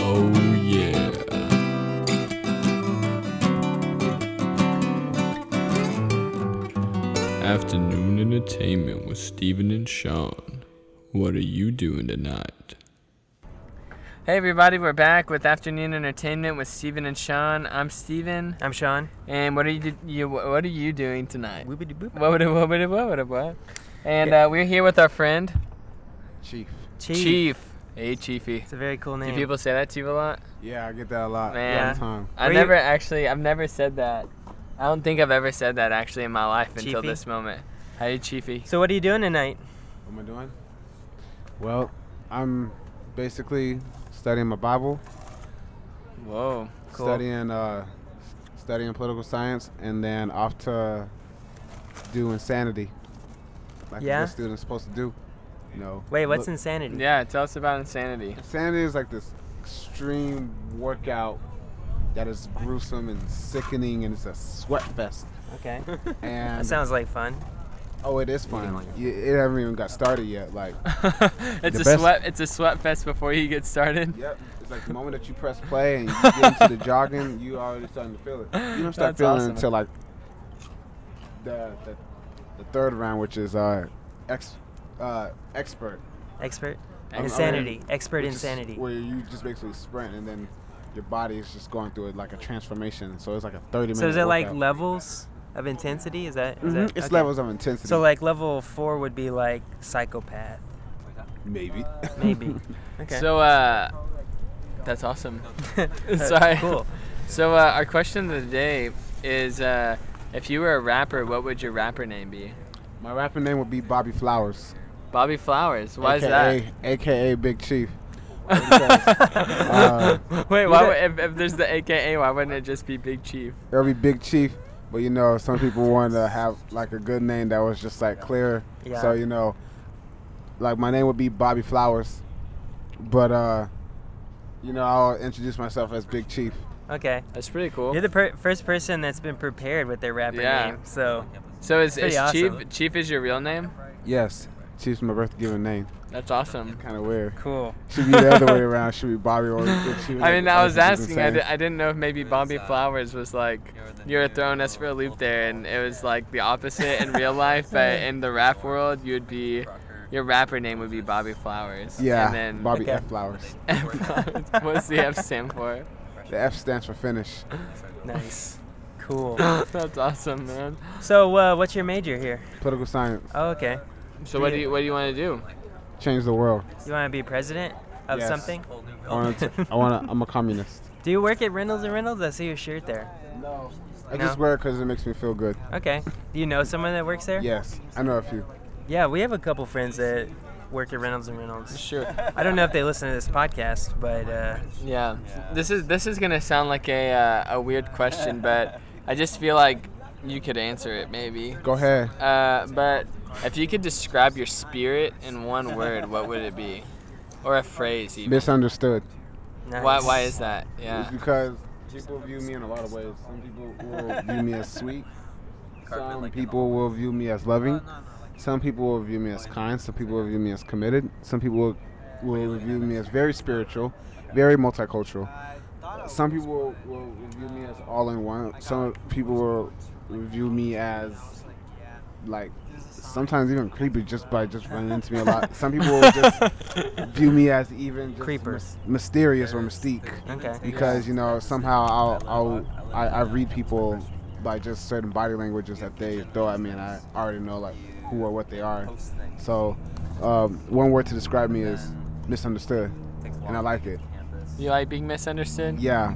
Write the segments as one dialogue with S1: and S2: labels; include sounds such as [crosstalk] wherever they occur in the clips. S1: Oh, Afternoon Entertainment with Steven and Sean. What are you doing tonight?
S2: Hey everybody, we're back with Afternoon Entertainment with Steven and Sean. I'm Steven.
S3: I'm Sean.
S2: And what are you, do- you what are you doing tonight? What
S3: Boopity boop.
S2: would what would what would what? And uh, we're here with our friend
S4: Chief.
S3: Chief.
S2: Hey Chiefy.
S3: It's a very cool
S2: Do
S3: name.
S2: people say that to you a lot?
S4: Yeah, I get that a lot.
S2: Man.
S4: All the time.
S2: I
S3: Were you-
S2: never actually I've never said that. I don't think I've ever said that actually in my life until
S3: Chiefy?
S2: this moment. Hey Chiefy.
S3: so what are you doing tonight?
S4: What am I doing? Well, I'm basically studying my Bible,
S2: Whoa.
S3: Cool.
S4: studying uh, studying political science, and then off to do insanity, like
S3: Yeah?
S4: a good student's supposed to do. You know.
S3: Wait, what's
S4: look-
S3: insanity?
S2: Yeah, tell us about insanity. [laughs]
S4: insanity? Is like this extreme workout that is gruesome and sickening, and it's a sweat fest.
S2: [laughs]
S3: Okay. [laughs]
S4: And
S3: that sounds like fun.
S4: oh, it is fun. Y- it haven't even got started yet. Like.
S2: it's
S4: The
S2: a
S4: best-
S2: sweat it's a sweat fest before you get started.
S4: Yep. It's like the moment that you press play and you get into the jogging, you already starting to feel it. You don't start
S2: That's
S4: feeling
S2: awesome.
S4: it until like the, the the third round, which is uh, ex uh, expert
S3: Expert.
S4: I'm- I'm-
S3: insanity. Expert
S4: which is
S3: insanity.
S4: where you just basically sprint and then your body is just going through it like a transformation. So it's like a thirty minute.
S3: so is it like
S4: workout.
S3: levels of intensity? Is that? Is
S4: Mhm,
S3: that
S4: It's
S3: okay.
S4: levels of intensity.
S3: So like level four would be like psychopath,
S4: maybe. [laughs]
S3: maybe.
S2: [laughs]
S3: okay.
S2: So uh that's awesome. [laughs]
S3: That's
S2: Sorry.
S3: Cool.
S2: So uh, our question of the day is uh, if you were a rapper, what would your rapper name be?
S4: My rapper name would be Bobby Flowers.
S2: Bobby Flowers. Why
S4: AKA,
S2: is
S4: AKA Big
S3: [laughs]
S4: Chief. uh,
S2: that? [laughs] Wait, why
S3: you
S2: would, if, if there's the AKA, why wouldn't it just be Big Chief?
S4: It'll be Big Chief, but you know, some people
S2: [laughs]
S4: wanted to have like a good name that was just like clear.
S3: Yeah.
S4: So you know, like my name would be Bobby Flowers, but uh, you know, I'll introduce myself as Big Chief.
S3: Okay.
S2: That's pretty cool.
S3: You're the per- first person that's been prepared with their rapper
S2: Yeah.
S3: name. So
S2: so is,
S3: pretty
S2: is
S3: awesome.
S2: Chief Chief is your real name?
S4: Yes, Chief's my birth given name.
S2: That's awesome.
S4: Kind of weird.
S3: cool.
S4: Should be the
S2: [laughs]
S4: other way around. Should be Bobby or Big Chief.
S2: I mean, I was asking. I,
S4: Insane.
S2: di- I didn't know if maybe Bobby Flowers was like you were throwing us for a loop there, and it was like the opposite in [laughs] real life. But in the rap world, you'd be your rapper name would be Bobby Flowers.
S4: yeah,
S2: And then [laughs]
S4: Bobby
S3: Okay.
S4: F Flowers.
S2: What's the F stand for?
S4: The F stands for finish.
S2: [laughs]
S3: Nice.
S4: [laughs]
S3: Cool.
S2: That's awesome, man.
S3: So uh, what's your major here?
S4: Political science.
S3: Oh, okay.
S2: So what do you what do you want to do?
S4: Change the world.
S3: You want to be president of
S4: Yes.
S3: something?
S4: I want. to I want. to I'm a communist.
S2: [laughs]
S3: Do you work at Reynolds and Reynolds? I see your shirt there.
S4: No. I
S3: No?
S4: just wear it because it makes me feel
S2: [laughs]
S4: good.
S3: Okay. Do you know someone that works there?
S4: Yes, I know a few.
S3: Yeah, we have a couple friends that work at Reynolds and Reynolds.
S2: Sure.
S3: I don't know if they listen to this podcast, but uh,
S2: Yeah. This is this is gonna sound like a uh, a weird question, but I just feel like you could answer it maybe.
S4: Go ahead.
S2: Uh, but if you could describe your spirit in one word, what would it be, or a phrase even?
S4: Misunderstood.
S3: nice.
S2: Why why is that?
S4: It's
S2: Yeah.
S4: because people view me in a lot of ways. Some people will [laughs] view me as sweet. Some people will view me as loving. Some people will view me as kind. Some people will view me as committed. Some people will, will view me as very spiritual, very multicultural. Some people will, will view me as all in one. Some people will view me as like sometimes even creepy just by just running into me a lot. Some people will just view me as even just
S3: Creeper.
S4: mys- mysterious or mystique
S3: Okay.
S4: because you know somehow I'll, I'll I, I read people by just certain body languages that they throw at me, and I already know like who or what they are. So um, one word to describe me is misunderstood, and I like it.
S2: You like being misunderstood?
S4: Yeah,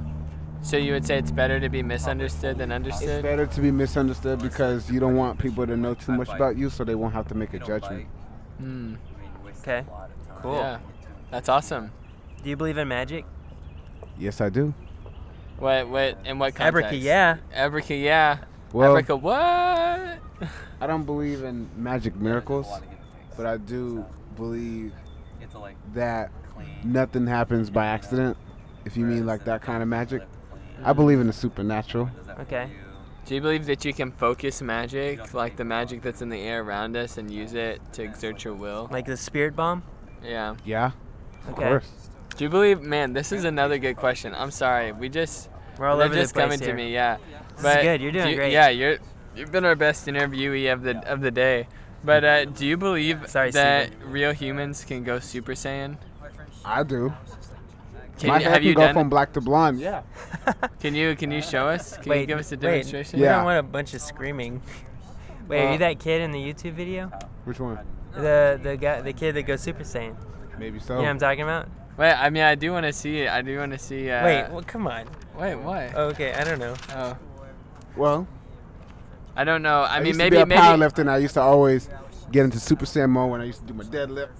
S2: So you would say it's better to be misunderstood than
S4: it's
S2: understood?
S4: better to be misunderstood because you don't want people to know too much about you, so they won't have to make a judgment.
S2: Hmm.
S3: Okay. Cool.
S2: Yeah. That's awesome.
S3: Do you believe in magic?
S4: Yes, I do.
S2: What what in what context?
S3: Abrica, yeah.
S2: Abrica, yeah.
S4: Well,
S2: Abrica, what?
S4: I don't believe in magic miracles, but I do believe that nothing happens by accident. If you mean like that kind of magic, I believe in the supernatural.
S3: Okay.
S2: Do you believe that you can focus magic, like the magic that's in the air around us, and use it to exert your will?
S3: Like the spirit bomb?
S2: Yeah.
S4: Yeah, of
S3: Okay.
S4: course.
S2: Do you believe, man, this is another good question. I'm sorry. We just,
S3: We're all
S2: they're
S3: over
S2: just
S3: the place
S2: coming
S3: here.
S2: to me, yeah.
S3: is good. You're
S2: do
S3: doing
S2: you-
S3: great.
S2: Yeah, you're, you've been our best interviewee of the of the day. But uh, do you believe
S3: Sorry,
S2: that real humans can go Super Saiyan?
S4: I do.
S2: Can
S4: My
S2: you,
S4: hair
S2: have
S4: can
S2: you
S4: go
S2: done?
S4: from black to blonde. Yeah.
S2: Can you can you show us? Can you give us a demonstration?
S3: Wait, we
S4: Yeah.
S3: don't want a bunch of screaming. [laughs] Wait, are
S4: Uh,
S3: you that kid in the YouTube video?
S4: Which one?
S3: The the guy, the kid that goes Super Saiyan.
S4: Maybe so.
S3: You know what I'm talking about?
S2: Wait, I mean, I do want to see it. I do want to see. Uh,
S3: Wait, uh, well, come on.
S2: wait, what?
S3: Okay, I don't know.
S2: Oh,
S4: well,
S2: I don't know. I,
S4: I,
S2: mean,
S4: used
S2: maybe
S4: to be a
S2: maybe.
S4: powerlifter, and I used to always get into Super Saiyan mode when I used to do my deadlift.
S3: [laughs]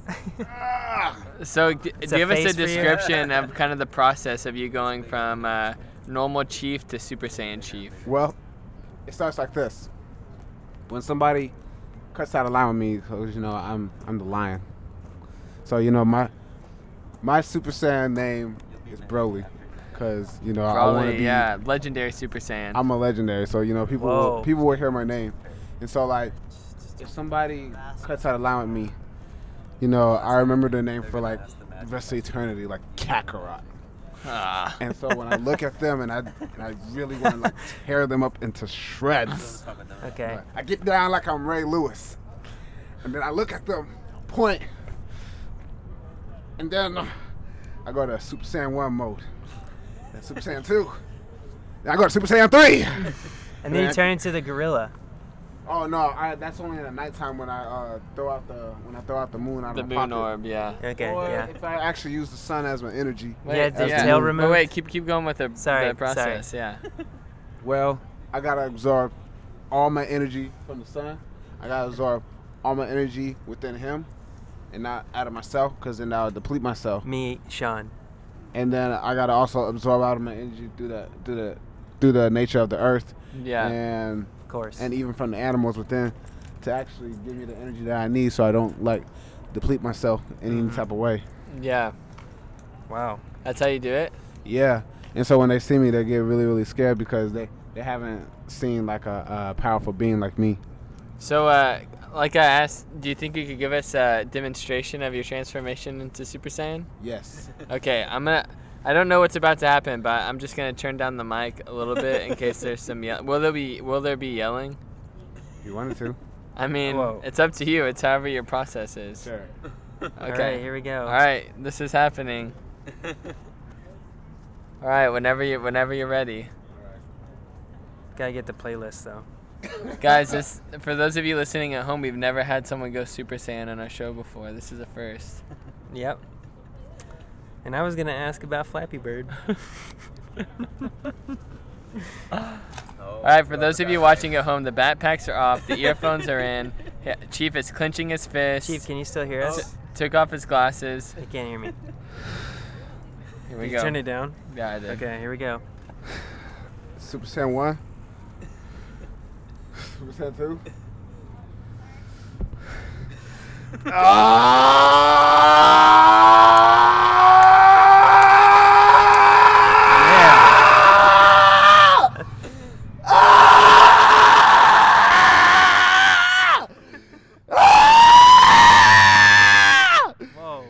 S4: Ah!
S2: So, g-
S3: a
S2: give us a
S3: face for you.
S2: description
S3: [laughs]
S2: of kind of the process of you going from uh, normal chief to Super Saiyan chief.
S4: Well, it starts like this. When somebody cuts out a line with me, because you know I'm I'm the lion. So you know my my Super Saiyan name is Broly, because you know I want to
S2: Probably,
S4: be.
S2: yeah, legendary Super Saiyan.
S4: I'm a legendary, so you know people will,
S3: Whoa.
S4: people will hear my name, and so like if somebody cuts out a line with me, you know I remember their name for like the rest of eternity, like Kakarot.
S2: Ah.
S4: And so when I look at them and I and I really want to like tear them up into shreds.
S2: [laughs]
S3: Okay.
S4: I get down like I'm Ray Lewis. And then I look at them, point, and then uh, I go to Super Saiyan 1 mode. Then Super Saiyan 2. Then I go to Super Saiyan
S2: [laughs]
S4: 3.
S3: And then
S4: Yeah.
S3: you turn into the gorilla.
S4: Oh no, I, that's only in the nighttime when I uh, throw out the when I throw out the moon out of
S2: the
S4: my
S2: moon
S4: pocket.
S2: orb, yeah.
S3: Okay,
S4: Or
S3: yeah.
S4: if I actually use the sun as my energy.
S3: Yeah,
S4: the
S2: But
S4: tail
S3: removed.
S2: wait, keep keep going with the,
S3: Sorry,
S2: the process.
S3: [laughs]
S2: Yeah.
S4: Well, I gotta absorb all my energy from the sun. I gotta absorb all my energy within him, and not out of myself, because then I'll deplete myself.
S3: Me, Sean.
S4: And then I gotta also absorb out of my energy through the through the through the nature of the earth,
S2: Yeah.
S4: and
S3: Of course.
S4: and even from the animals within, to actually give me the energy that I need, so I don't like deplete myself in
S3: Mm-hmm.
S4: any type of way.
S2: Yeah.
S3: wow.
S2: That's how you do it.
S4: Yeah, and so when they see me, they get really really scared because they they haven't seen like a, a powerful being like me.
S2: So, uh, like I asked, do you think you could give us a demonstration of your transformation into Super Saiyan?
S4: Yes.
S2: Okay, I'm gonna. I don't know what's about to happen, but I'm just gonna turn down the mic a little bit in case there's some yell. Will there be Will there be yelling?
S4: You wanted to?
S2: I mean,
S3: Whoa.
S2: it's up to you. It's however your process is.
S4: Sure.
S2: Okay.
S3: All right, here we go.
S2: All right, this is happening. All right, whenever you whenever you're
S3: [laughs]
S2: ready,
S3: Gotta get the playlist though.
S2: guys. This for those of you listening at home, we've never had someone go Super Saiyan on our show before. This is a first.
S3: Yep. And I was gonna ask about
S2: [laughs]
S3: Flappy Bird.
S2: All right, for those of you watching at home, the backpacks are off, the earphones are
S3: [laughs]
S2: in. Yeah, Chief is clenching his fist.
S3: Chief, can you still
S2: Oh.
S3: hear us?
S2: took off his glasses.
S3: He can't hear me.
S2: Here we
S3: Did
S2: go.
S3: you turn it down?
S2: Yeah, I did.
S3: Okay, here we go.
S4: Super
S2: [laughs]
S4: Saiyan 1. Super Saiyan 2.
S3: Whoa.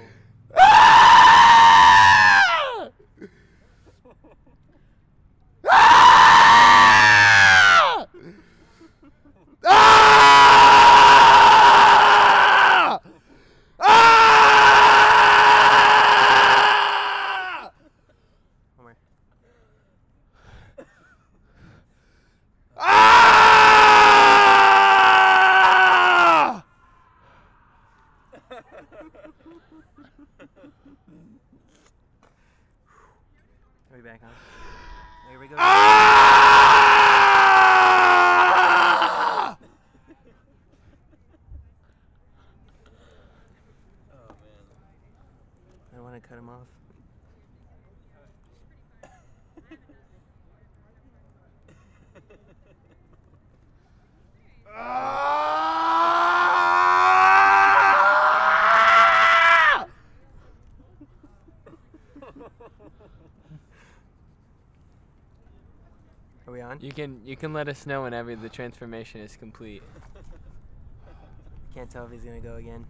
S3: Homer. Are we back on? Here we go.
S5: Oh,
S3: I want to cut him off. Are we on?
S2: You can you can let us know whenever the transformation is complete.
S3: Can't tell if he's gonna go again.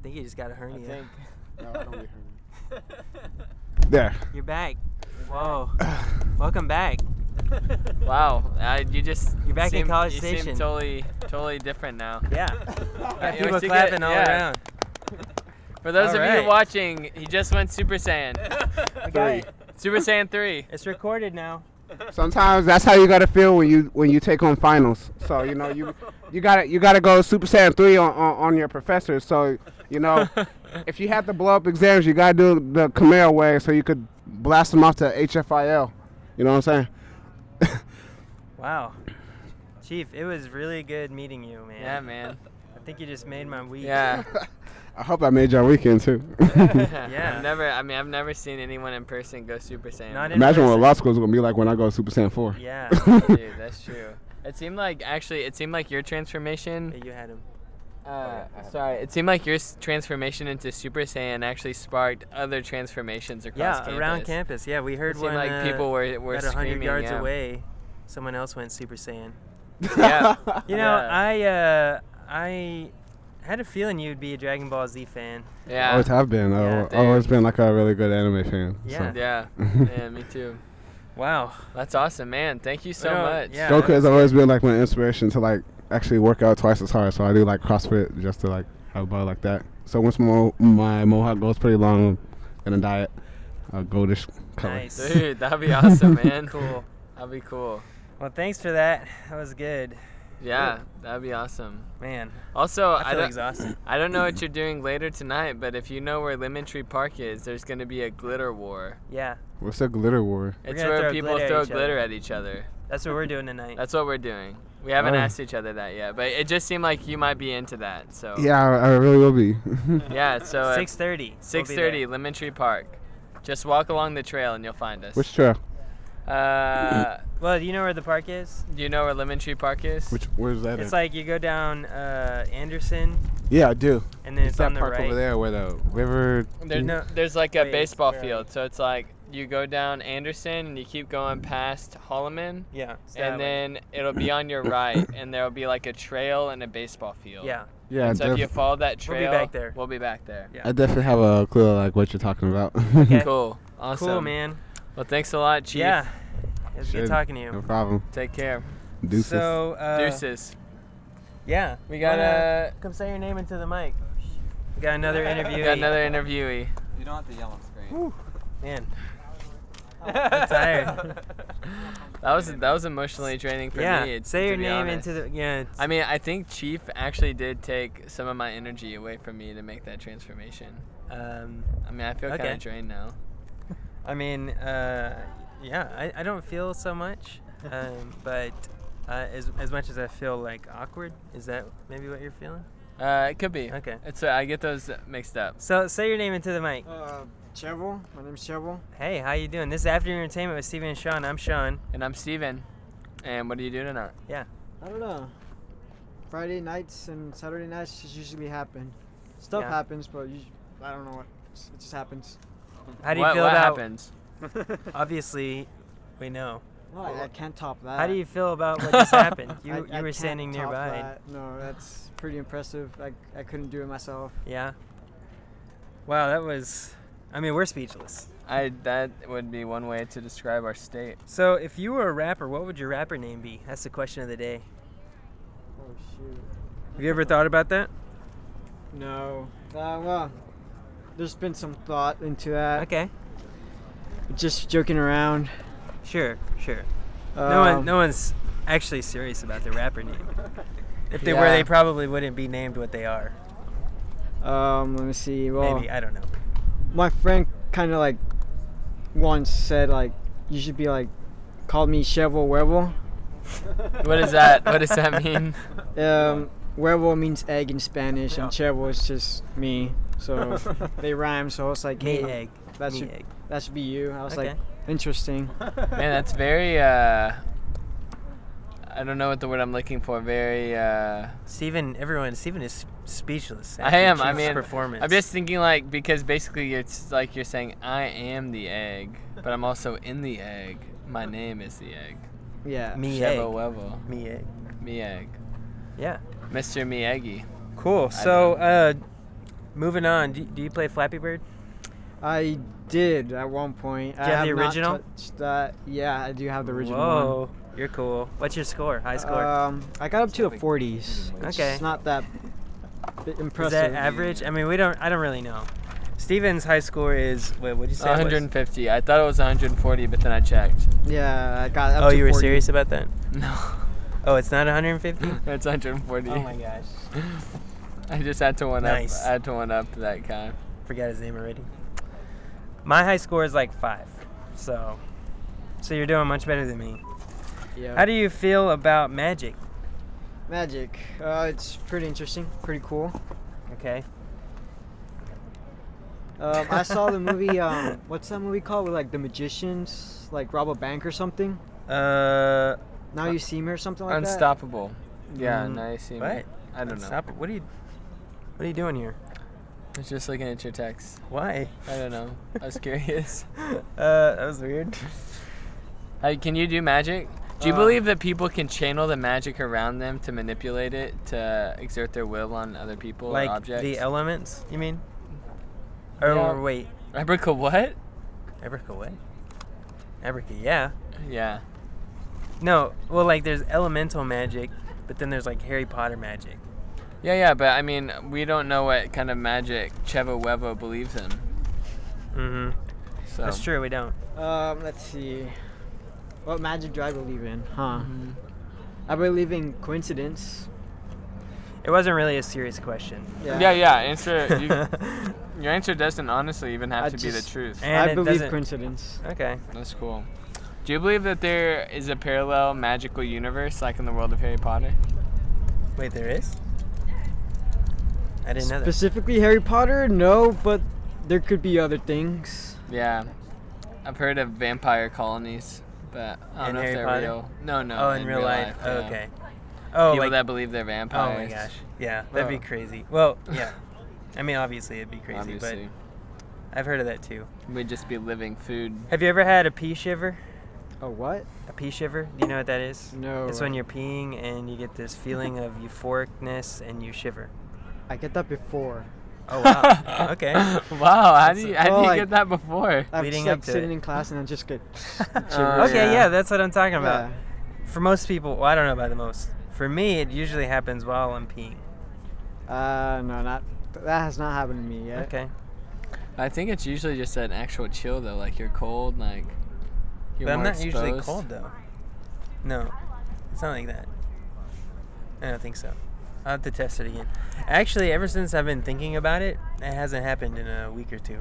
S3: I think he just got a hernia.
S4: There.
S3: You're back. Whoa. Welcome back.
S5: [laughs]
S2: Wow, uh, you just
S3: You're back in
S2: seem-
S3: College
S2: you
S3: Station.
S2: seem totally totally different now.
S3: Yeah.
S2: Yeah,
S3: Got people
S2: once you
S3: clapping
S2: get-
S3: all
S2: yeah.
S3: around.
S2: For those of
S3: Alright.
S2: you watching, he just went Super Saiyan.
S3: We got
S4: Three.
S3: it.
S2: Super Saiyan 3.
S3: It's recorded now.
S4: Sometimes that's how you gotta feel when you when you take home finals. So you know you you gotta you gotta go Super Saiyan three on, on, on your professor. So
S2: [laughs]
S4: you know if you have to blow up exams, you gotta do the Khmer way so you could blast them off to HFIL. You know what I'm saying?
S3: Wow. Chief, it was really good meeting you, man.
S2: Yeah, man.
S3: I think you just made my week.
S2: Yeah.
S4: I hope I made your weekend too.
S3: Yeah.
S2: [laughs] I've never. I mean, I've never seen anyone in person go Super Saiyan.
S3: Not in-
S4: Imagine what law school's gonna be like when I go Super Saiyan four.
S2: [laughs]
S3: Yeah.
S2: Dude,
S4: [laughs]
S2: that's true. It seemed like actually, it seemed like your transformation.
S3: But you had him.
S2: Uh, sorry, it seemed like your s- transformation into Super Saiyan actually sparked other transformations across
S3: Yeah,
S2: campus.
S3: around campus. Yeah, we heard
S2: It seemed
S3: one.
S2: like
S3: uh,
S2: people were were
S3: about 100
S2: screaming.
S3: yards
S2: yeah.
S3: away, someone else went Super Saiyan.
S2: Yeah.
S3: You know, I uh, I had a feeling you'd be a Dragon Ball Z fan.
S2: Yeah.
S4: Always have been.
S3: Yeah,
S4: I've always been like a really good anime fan.
S3: Yeah.
S4: So.
S2: Yeah. yeah. Me too.
S3: Wow.
S2: That's awesome, man. Thank you so
S3: No,
S2: much.
S3: yeah.
S4: Goku has always been like my inspiration to like actually work out twice as hard. So I do like CrossFit just to like have a body like that. So once my mo- my mohawk goes pretty long, I'm gonna dye it a goldish color.
S3: Nice.
S2: Dude, that'd be
S3: [laughs]
S2: awesome, man.
S3: Cool.
S2: That'd be cool.
S3: Well, thanks for that. That was good,
S2: Yeah, that'd be awesome.
S3: man.
S2: Also,
S3: I
S2: I,
S3: feel
S2: don't,
S3: exhausted.
S2: I don't know
S3: [clears throat]
S2: what you're doing later tonight, but if you know where Lemon Tree Park is, there's gonna be a glitter war.
S3: Yeah,
S4: What's a glitter war?
S2: It's
S3: gonna
S2: where
S3: throw
S2: people
S3: glitter at
S2: throw
S3: each other.
S2: glitter at each other.
S3: that's what we're doing tonight.
S2: That's what we're doing. We haven't
S4: Oh.
S2: asked each other that yet, but it just seemed like you might be into that. So
S3: Oh.
S4: Yeah, I, I really will be. [laughs]
S2: yeah. So at
S3: 6:30.
S2: 6:30, Lemon Tree Park. Just walk along the trail and you'll find us.
S4: Which trail?
S2: uh,
S3: Well, do you know where the park is?
S2: do you know where Lemon Tree Park is?
S4: Which where's that?
S3: It's
S4: at?
S3: like you go down uh, Anderson,
S4: yeah, I do.
S3: and then it's,
S4: that
S3: on the
S4: park
S3: right.
S4: over there where the river.
S2: There's,
S3: No.
S2: there's like a
S3: Wait,
S2: baseball
S3: where are
S2: field, so it's like you go down Anderson and you keep going past Holloman,
S3: Yeah. it's that
S2: and
S3: way.
S2: then it'll be on your right, and there'll be like a trail and a baseball field.
S3: yeah,
S4: Yeah, I,
S2: And so if you
S4: def-
S2: follow that
S3: We'll
S2: trail,
S3: be back there.
S2: We'll be back there.
S3: Yeah.
S4: I definitely have a clue like what you're talking about. Okay.
S2: Cool. Awesome.
S3: cool, man.
S2: Well, thanks a lot, Chief.
S3: Yeah, it was good talking to
S4: [laughs] No
S3: you.
S4: problem.
S2: Take care.
S4: Deuces.
S3: So, uh,
S2: Deuces.
S3: yeah,
S2: We got a
S3: Come say your name into the mic. We got another
S2: [laughs]
S3: interview.
S2: we got another interviewee.
S5: You don't have to yell on screen.
S3: man. I'm tired.
S2: That was that was emotionally draining for
S3: yeah.
S2: me.
S3: say
S2: to
S3: your
S2: be
S3: name
S2: honest.
S3: into the yeah. it's-
S2: I mean, I think Chief actually did take some of my energy away from me to make that transformation.
S3: um,
S2: I mean, I feel kind
S3: Okay.
S2: of drained now.
S3: I mean, uh, yeah. I, I don't feel so much,
S6: [laughs]
S3: um, but uh, as as much as I feel like awkward, is that maybe what you're feeling?
S2: Uh, it could be.
S3: Okay.
S2: It's uh, I get those mixed up.
S3: So say your name into the mic.
S6: Uh, Chevel. My name's Chevel.
S3: Hey, how you doing? This is After Entertainment with Steven and Sean. I'm Sean.
S2: And I'm Steven. And what are you doing tonight?
S6: I don't know. Friday nights and Saturday nights just usually happen. Stuff
S3: Yeah.
S6: happens, but you, I don't know what. It just happens.
S3: How do you
S2: what,
S3: feel
S2: what
S3: about?
S2: happens?
S3: Obviously, we know.
S6: No, I, I can't top that.
S3: How do you feel about
S6: [laughs]
S3: what just happened? You,
S6: Uh, I-
S3: you
S6: I
S3: were
S6: can't
S3: standing
S6: top
S3: nearby.
S6: that. No, that's pretty impressive. I, I couldn't do it myself.
S3: Yeah. Wow, that was. I mean, we're speechless.
S2: I that would be one way to describe our state.
S3: So, if you were a rapper, what would your rapper name be? That's the question of the day.
S6: Oh shoot.
S3: Have you ever thought about that?
S6: No. Uh, well, there's been some thought into that.
S3: Okay.
S6: Just joking around.
S3: Sure, sure. No one,
S6: Um,
S3: no one's actually serious about their rapper name. If they were,
S6: Yeah.
S3: they probably wouldn't be named what they are.
S6: Um, let me see. Well,
S3: Maybe I don't know.
S6: my friend kind of like once said like you should be like called me Chevel Wervel.
S2: What is that? What does that [laughs] mean?
S6: Um, Wervel means egg in Spanish, and Chevel is just me.
S3: [laughs]
S6: So they rhyme. So I was [laughs] like,
S3: Me
S6: hey,
S3: egg.
S6: that
S3: me
S6: should
S3: egg.
S6: that should be you. I was like,
S3: Okay. [laughs]
S6: interesting.
S5: [laughs]
S2: Man, that's very. uh I don't know what the word I'm looking for. Very. uh
S3: Steven, everyone, Steven is speechless.
S2: I
S3: after
S2: am, I
S3: Chief's
S2: mean,
S3: performance.
S2: I'm just thinking like because basically it's like you're saying I am the egg, but I'm also in the egg. My name is the egg.
S6: Yeah.
S3: me egg.
S2: Sheva Wevel.
S3: Me egg.
S2: Me egg.
S3: Yeah.
S2: Mr. Miyagi.
S3: Cool. So, uh, moving on. Do, do you play Flappy Bird?
S6: I did at one point.
S3: Do
S6: I
S3: you have
S6: have
S3: the
S6: not
S3: original?
S6: touched that. Yeah, I do have the original. one.
S3: Whoa, you're cool. What's your score? High score?
S6: Um, I got up to the 40s. which
S3: Okay.
S6: is not that bi-
S3: Is
S6: impressive.
S3: that average? I mean, we don't. I don't really know. Steven's high score is. Wait, what'd you say? it was?
S2: 150. I thought it was 140, but then I checked. [laughs]
S6: yeah, I got up
S3: Oh,
S6: to
S3: you were
S6: 40.
S3: serious about that?
S2: No, [laughs]
S3: Oh, it's not 150.
S2: it's 140.
S3: oh my [laughs] gosh,
S2: [laughs] I just had to one
S3: Nice.
S2: up. I had to one up that kind.
S3: forgot his name already. My high score is like five. So, so you're doing much better than me.
S6: Yeah.
S3: How do you feel about magic?
S6: Magic. Uh, it's pretty interesting, pretty cool.
S3: Okay.
S6: Um, I saw the movie. [laughs] Um, what's that movie called? With like the magicians, like rob a bank or something.
S3: Uh,
S6: Now you see me or something like that.
S2: Unstoppable. Yeah,
S3: Mm,
S2: nice. you-
S3: what?
S2: I don't know.
S3: Stop it. What are you? What are you doing here?
S2: I was just looking at your text.
S3: Why?
S2: I don't know. I was curious.
S3: [laughs]
S2: [laughs]
S3: uh, that was weird.
S2: Hey, can you do magic? Do you
S3: Uh,
S2: believe that people can channel the magic around them to manipulate it to exert their will on other people
S3: like
S2: or objects?
S3: the elements, you mean? Or
S2: Yeah.
S3: wait,
S2: Replica what?
S3: Ebrica what? Ebrica, yeah.
S2: Yeah.
S3: No, well, like there's elemental magic, but then there's like Harry Potter magic.
S2: Yeah, yeah, but I mean, we don't know what kind of magic Chevo Wevo believes in.
S3: Mm-hmm.
S2: So.
S3: That's true. We don't.
S6: Um, let's see. What magic do I believe in? Huh. I believe in coincidence.
S3: It wasn't really a serious question.
S6: Yeah.
S2: Yeah, yeah. Answer. [laughs]
S3: [laughs]
S2: You,
S3: okay.
S2: your answer doesn't honestly even have
S6: I
S2: to be the
S6: just-
S2: truth.
S3: And
S6: I
S3: it
S6: believe
S3: doesn't-
S6: coincidence.
S2: That's cool. Do you believe that there is a parallel magical universe like in the world of Harry Potter?
S3: Wait, there is. I didn't know that.
S6: Specifically Harry Potter? No, but there could be other things.
S2: Yeah. I've heard of vampire colonies, but I don't
S3: In
S2: know
S3: Harry
S2: if they're
S3: Potter?
S2: real. No, no.
S3: oh, in, real, life.
S2: yeah.
S3: Oh, okay. Oh,
S2: People
S3: like,
S2: that believe they're
S3: oh
S2: vampires.
S3: my gosh. Yeah, that'd be
S2: Oh.
S3: crazy. Well, yeah. I mean, obviously it'd be crazy,
S2: Obviously.
S3: but I've heard of that too.
S2: We'd just be living food.
S3: Have you ever had a pee shiver?
S6: Oh, what?
S3: A pee shiver? Do you know what that is?
S6: No.
S3: It's when you're peeing and you get this feeling of euphoricness and you shiver.
S6: I get that before.
S2: [laughs]
S3: Oh wow. [laughs] okay.
S2: wow, how do you, how do
S6: Oh,
S2: you
S6: like-
S2: get that before?
S6: I'm
S3: Leading
S6: just, like,
S3: up to
S6: sitting
S3: it.
S6: in class and I
S3: [laughs]
S6: just get.
S2: Oh,
S3: okay,
S2: yeah.
S3: yeah, that's what I'm talking about.
S6: Yeah.
S3: For most people, well, I don't know about the most. For me, it usually happens while I'm peeing.
S6: Uh, no, not that has not happened to me yet.
S3: Okay.
S2: I think it's usually just an actual chill though, like you're cold, like you're
S3: But I'm
S2: more
S3: not usually
S2: exposed.
S3: cold though. No, it's not like that. I don't think so. I'll have to test it again. Actually, ever since I've been thinking about it, it hasn't happened in a week or two.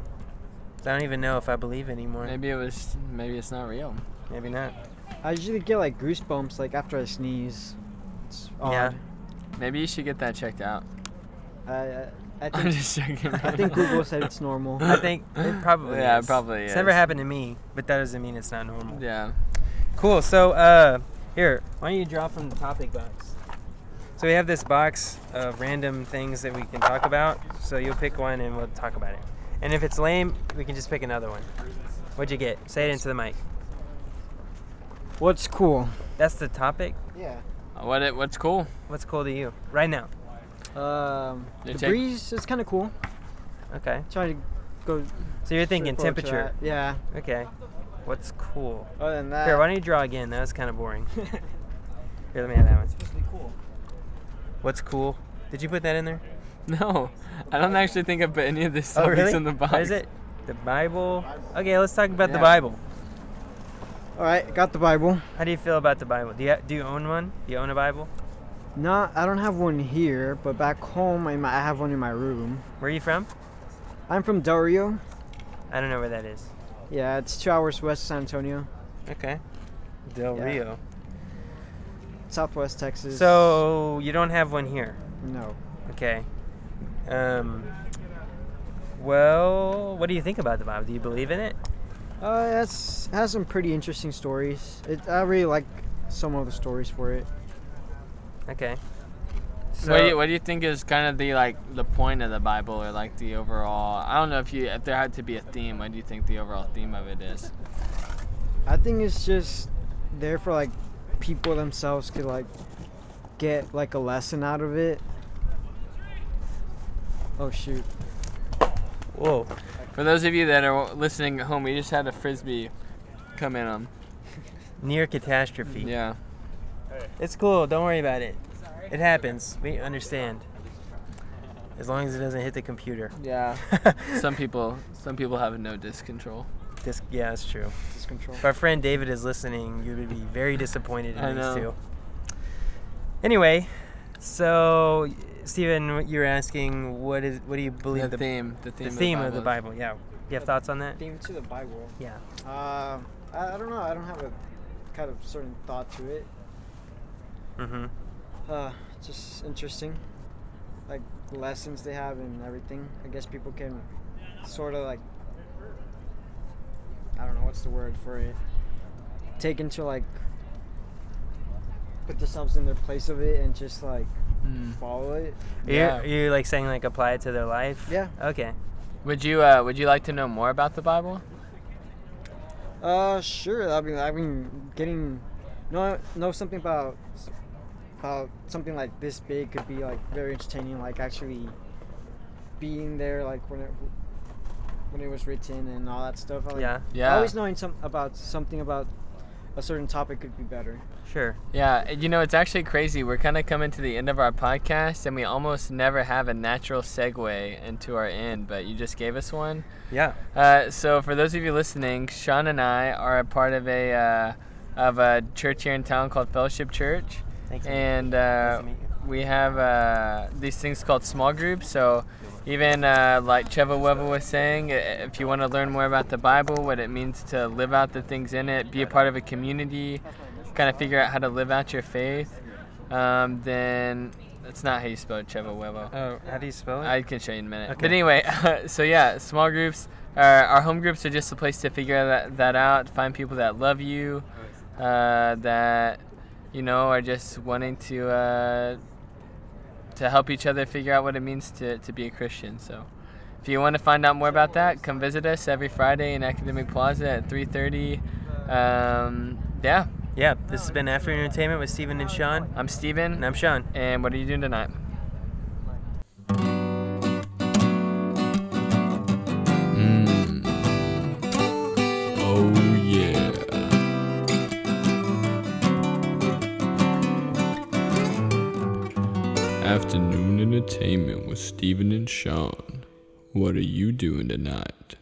S3: So I don't even know if I believe anymore.
S2: Maybe it was. Maybe it's not real.
S3: Maybe not.
S6: I usually get like goosebumps like after I sneeze. It's odd.
S3: Yeah.
S2: Maybe you should get that checked out.
S3: [laughs]
S6: I, I, I
S2: [laughs] I'm
S6: think
S2: just joking.
S6: I think Google said it's normal.
S3: I think it
S2: [laughs]
S3: probably
S2: Yeah, it
S3: is.
S2: probably
S3: It's never
S2: is.
S3: happened to me, but that doesn't mean it's not normal.
S2: Yeah.
S3: Cool. So, uh, here, why don't you draw from the topic box? So we have this box of random things that we can talk about. So you'll pick one and we'll talk about it. And if it's lame, we can just pick another one. What'd you get? Say it into the mic.
S6: What's cool?
S3: That's the topic.
S6: Yeah.
S2: What it, What's cool? [laughs]
S3: What's cool to you right now?
S6: Um,
S2: You
S6: the
S2: take-
S6: breeze is kind of cool.
S3: Okay.
S6: Trying to go.
S3: So you're thinking
S6: straightforward
S3: temperature.
S6: to that. Yeah.
S3: Okay. What's cool?
S6: Other than that.
S3: Here, why don't you draw again? That was kind of boring. Here, let me have that one. What's cool? Did you put that in there?
S2: No, I don't actually think I put any of this
S3: Oh,
S2: topics
S3: really?
S2: in the box.
S3: What is it? The Bible. Okay, let's talk about the
S2: Yeah.
S3: Bible.
S6: All right, got the Bible.
S3: How do you feel about the Bible? Do you do you own one? Do you own a Bible?
S6: Not, I don't have one here, but back home I, mi- I have one in my room.
S3: Where are you from?
S6: I'm from Del Rio.
S3: I don't know where that is.
S6: Yeah, it's two hours west of San Antonio,
S3: Okay. Del
S6: Yeah.
S3: Rio.
S6: Southwest Texas.
S3: So you don't have one here.
S6: no.
S3: Okay. Um. Well, what do you think about the Bible? Do you believe in it?
S6: Uh, that's it has some pretty interesting stories. It, I really like some of the stories for it.
S3: Okay. So
S2: What do, you, what do you think is kind of the like the point of the Bible or like the overall? I don't know if you if there had to be a theme. What do you think the overall theme of it is?
S6: I think it's just there for like people themselves could like get like a lesson out of it. Oh shoot!
S3: whoa.
S2: For those of you that are listening at home, we just had a frisbee come in on.
S3: Near catastrophe.
S2: Yeah.
S3: It's cool. Don't worry about it. It happens. We understand. As long as it doesn't hit the computer. [laughs]
S2: Yeah. Some people, some people have no disc control.
S3: This, yeah, that's true.
S6: Just control.
S3: If our friend David is listening, you would be very disappointed
S2: I
S3: in these
S2: know.
S3: two. Anyway, so Stephen, you were asking what is what do you believe
S2: The
S3: the,
S2: theme, the
S3: the
S2: theme,
S3: theme of the
S2: is.
S3: Bible? Yeah, you have thoughts on that?
S6: Theme to the Bible.
S3: Yeah.
S6: Uh, I, I don't know. I don't have a kind of certain thought to it.
S3: Mm-hmm.
S6: Uh, just interesting. Like lessons they have and everything. I guess people can sort of like I don't know what's the word for it. Take into like put themselves in their place of it and just like
S2: Mm.
S6: follow it.
S2: Yeah.
S3: Yeah. Are you like saying like apply it to their life?
S6: Yeah.
S3: Okay.
S2: Would you, uh, would you like to know more about the Bible?
S6: Uh, sure. I mean, I've been getting know know something about about something like this big could be like very entertaining. Like actually being there, like when it when it was written and all that stuff. I Like,
S3: Yeah.
S2: Yeah.
S6: Always knowing some about something about a certain topic could be better.
S3: Sure.
S2: Yeah, you know, it's actually crazy. We're kind of coming to the end of our podcast, and we almost never have a natural segue into our end, but you just gave us one.
S3: Yeah.
S2: Uh, so, for those of you listening, Sean and I are a part of a, uh, of a church here in town called Fellowship Church.
S3: Thank you.
S2: And
S3: Nice
S2: uh,
S3: to meet you.
S2: we have uh, these things called small groups. So, even uh, like Cheva Weva was saying, i- if you want to learn more about the Bible, what it means to live out the things in it, be a part of a community, kind of figure out how to live out your faith, um, then that's not how you spell Cheva Weva.
S3: Oh, how do you spell it?
S2: I can show you in a minute.
S3: Okay.
S2: But anyway, [laughs] so yeah, small groups. Uh, our home groups are just a place to figure that, that out, find people that love you, uh, that you know are just wanting to uh, to help each other figure out what it means to, to be a Christian. So, if you want to find out more about that, come visit us every Friday in Academic Plaza at 3:30. Um, yeah,
S3: yeah. This has been Afternoon Entertainment with Stephen and Sean.
S2: I'm
S3: And
S2: Steven.
S3: I'm Sean.
S2: And what are you doing tonight?
S1: Mm. Oh yeah. Afternoon entertainment with Steven and Sean. What are you doing tonight?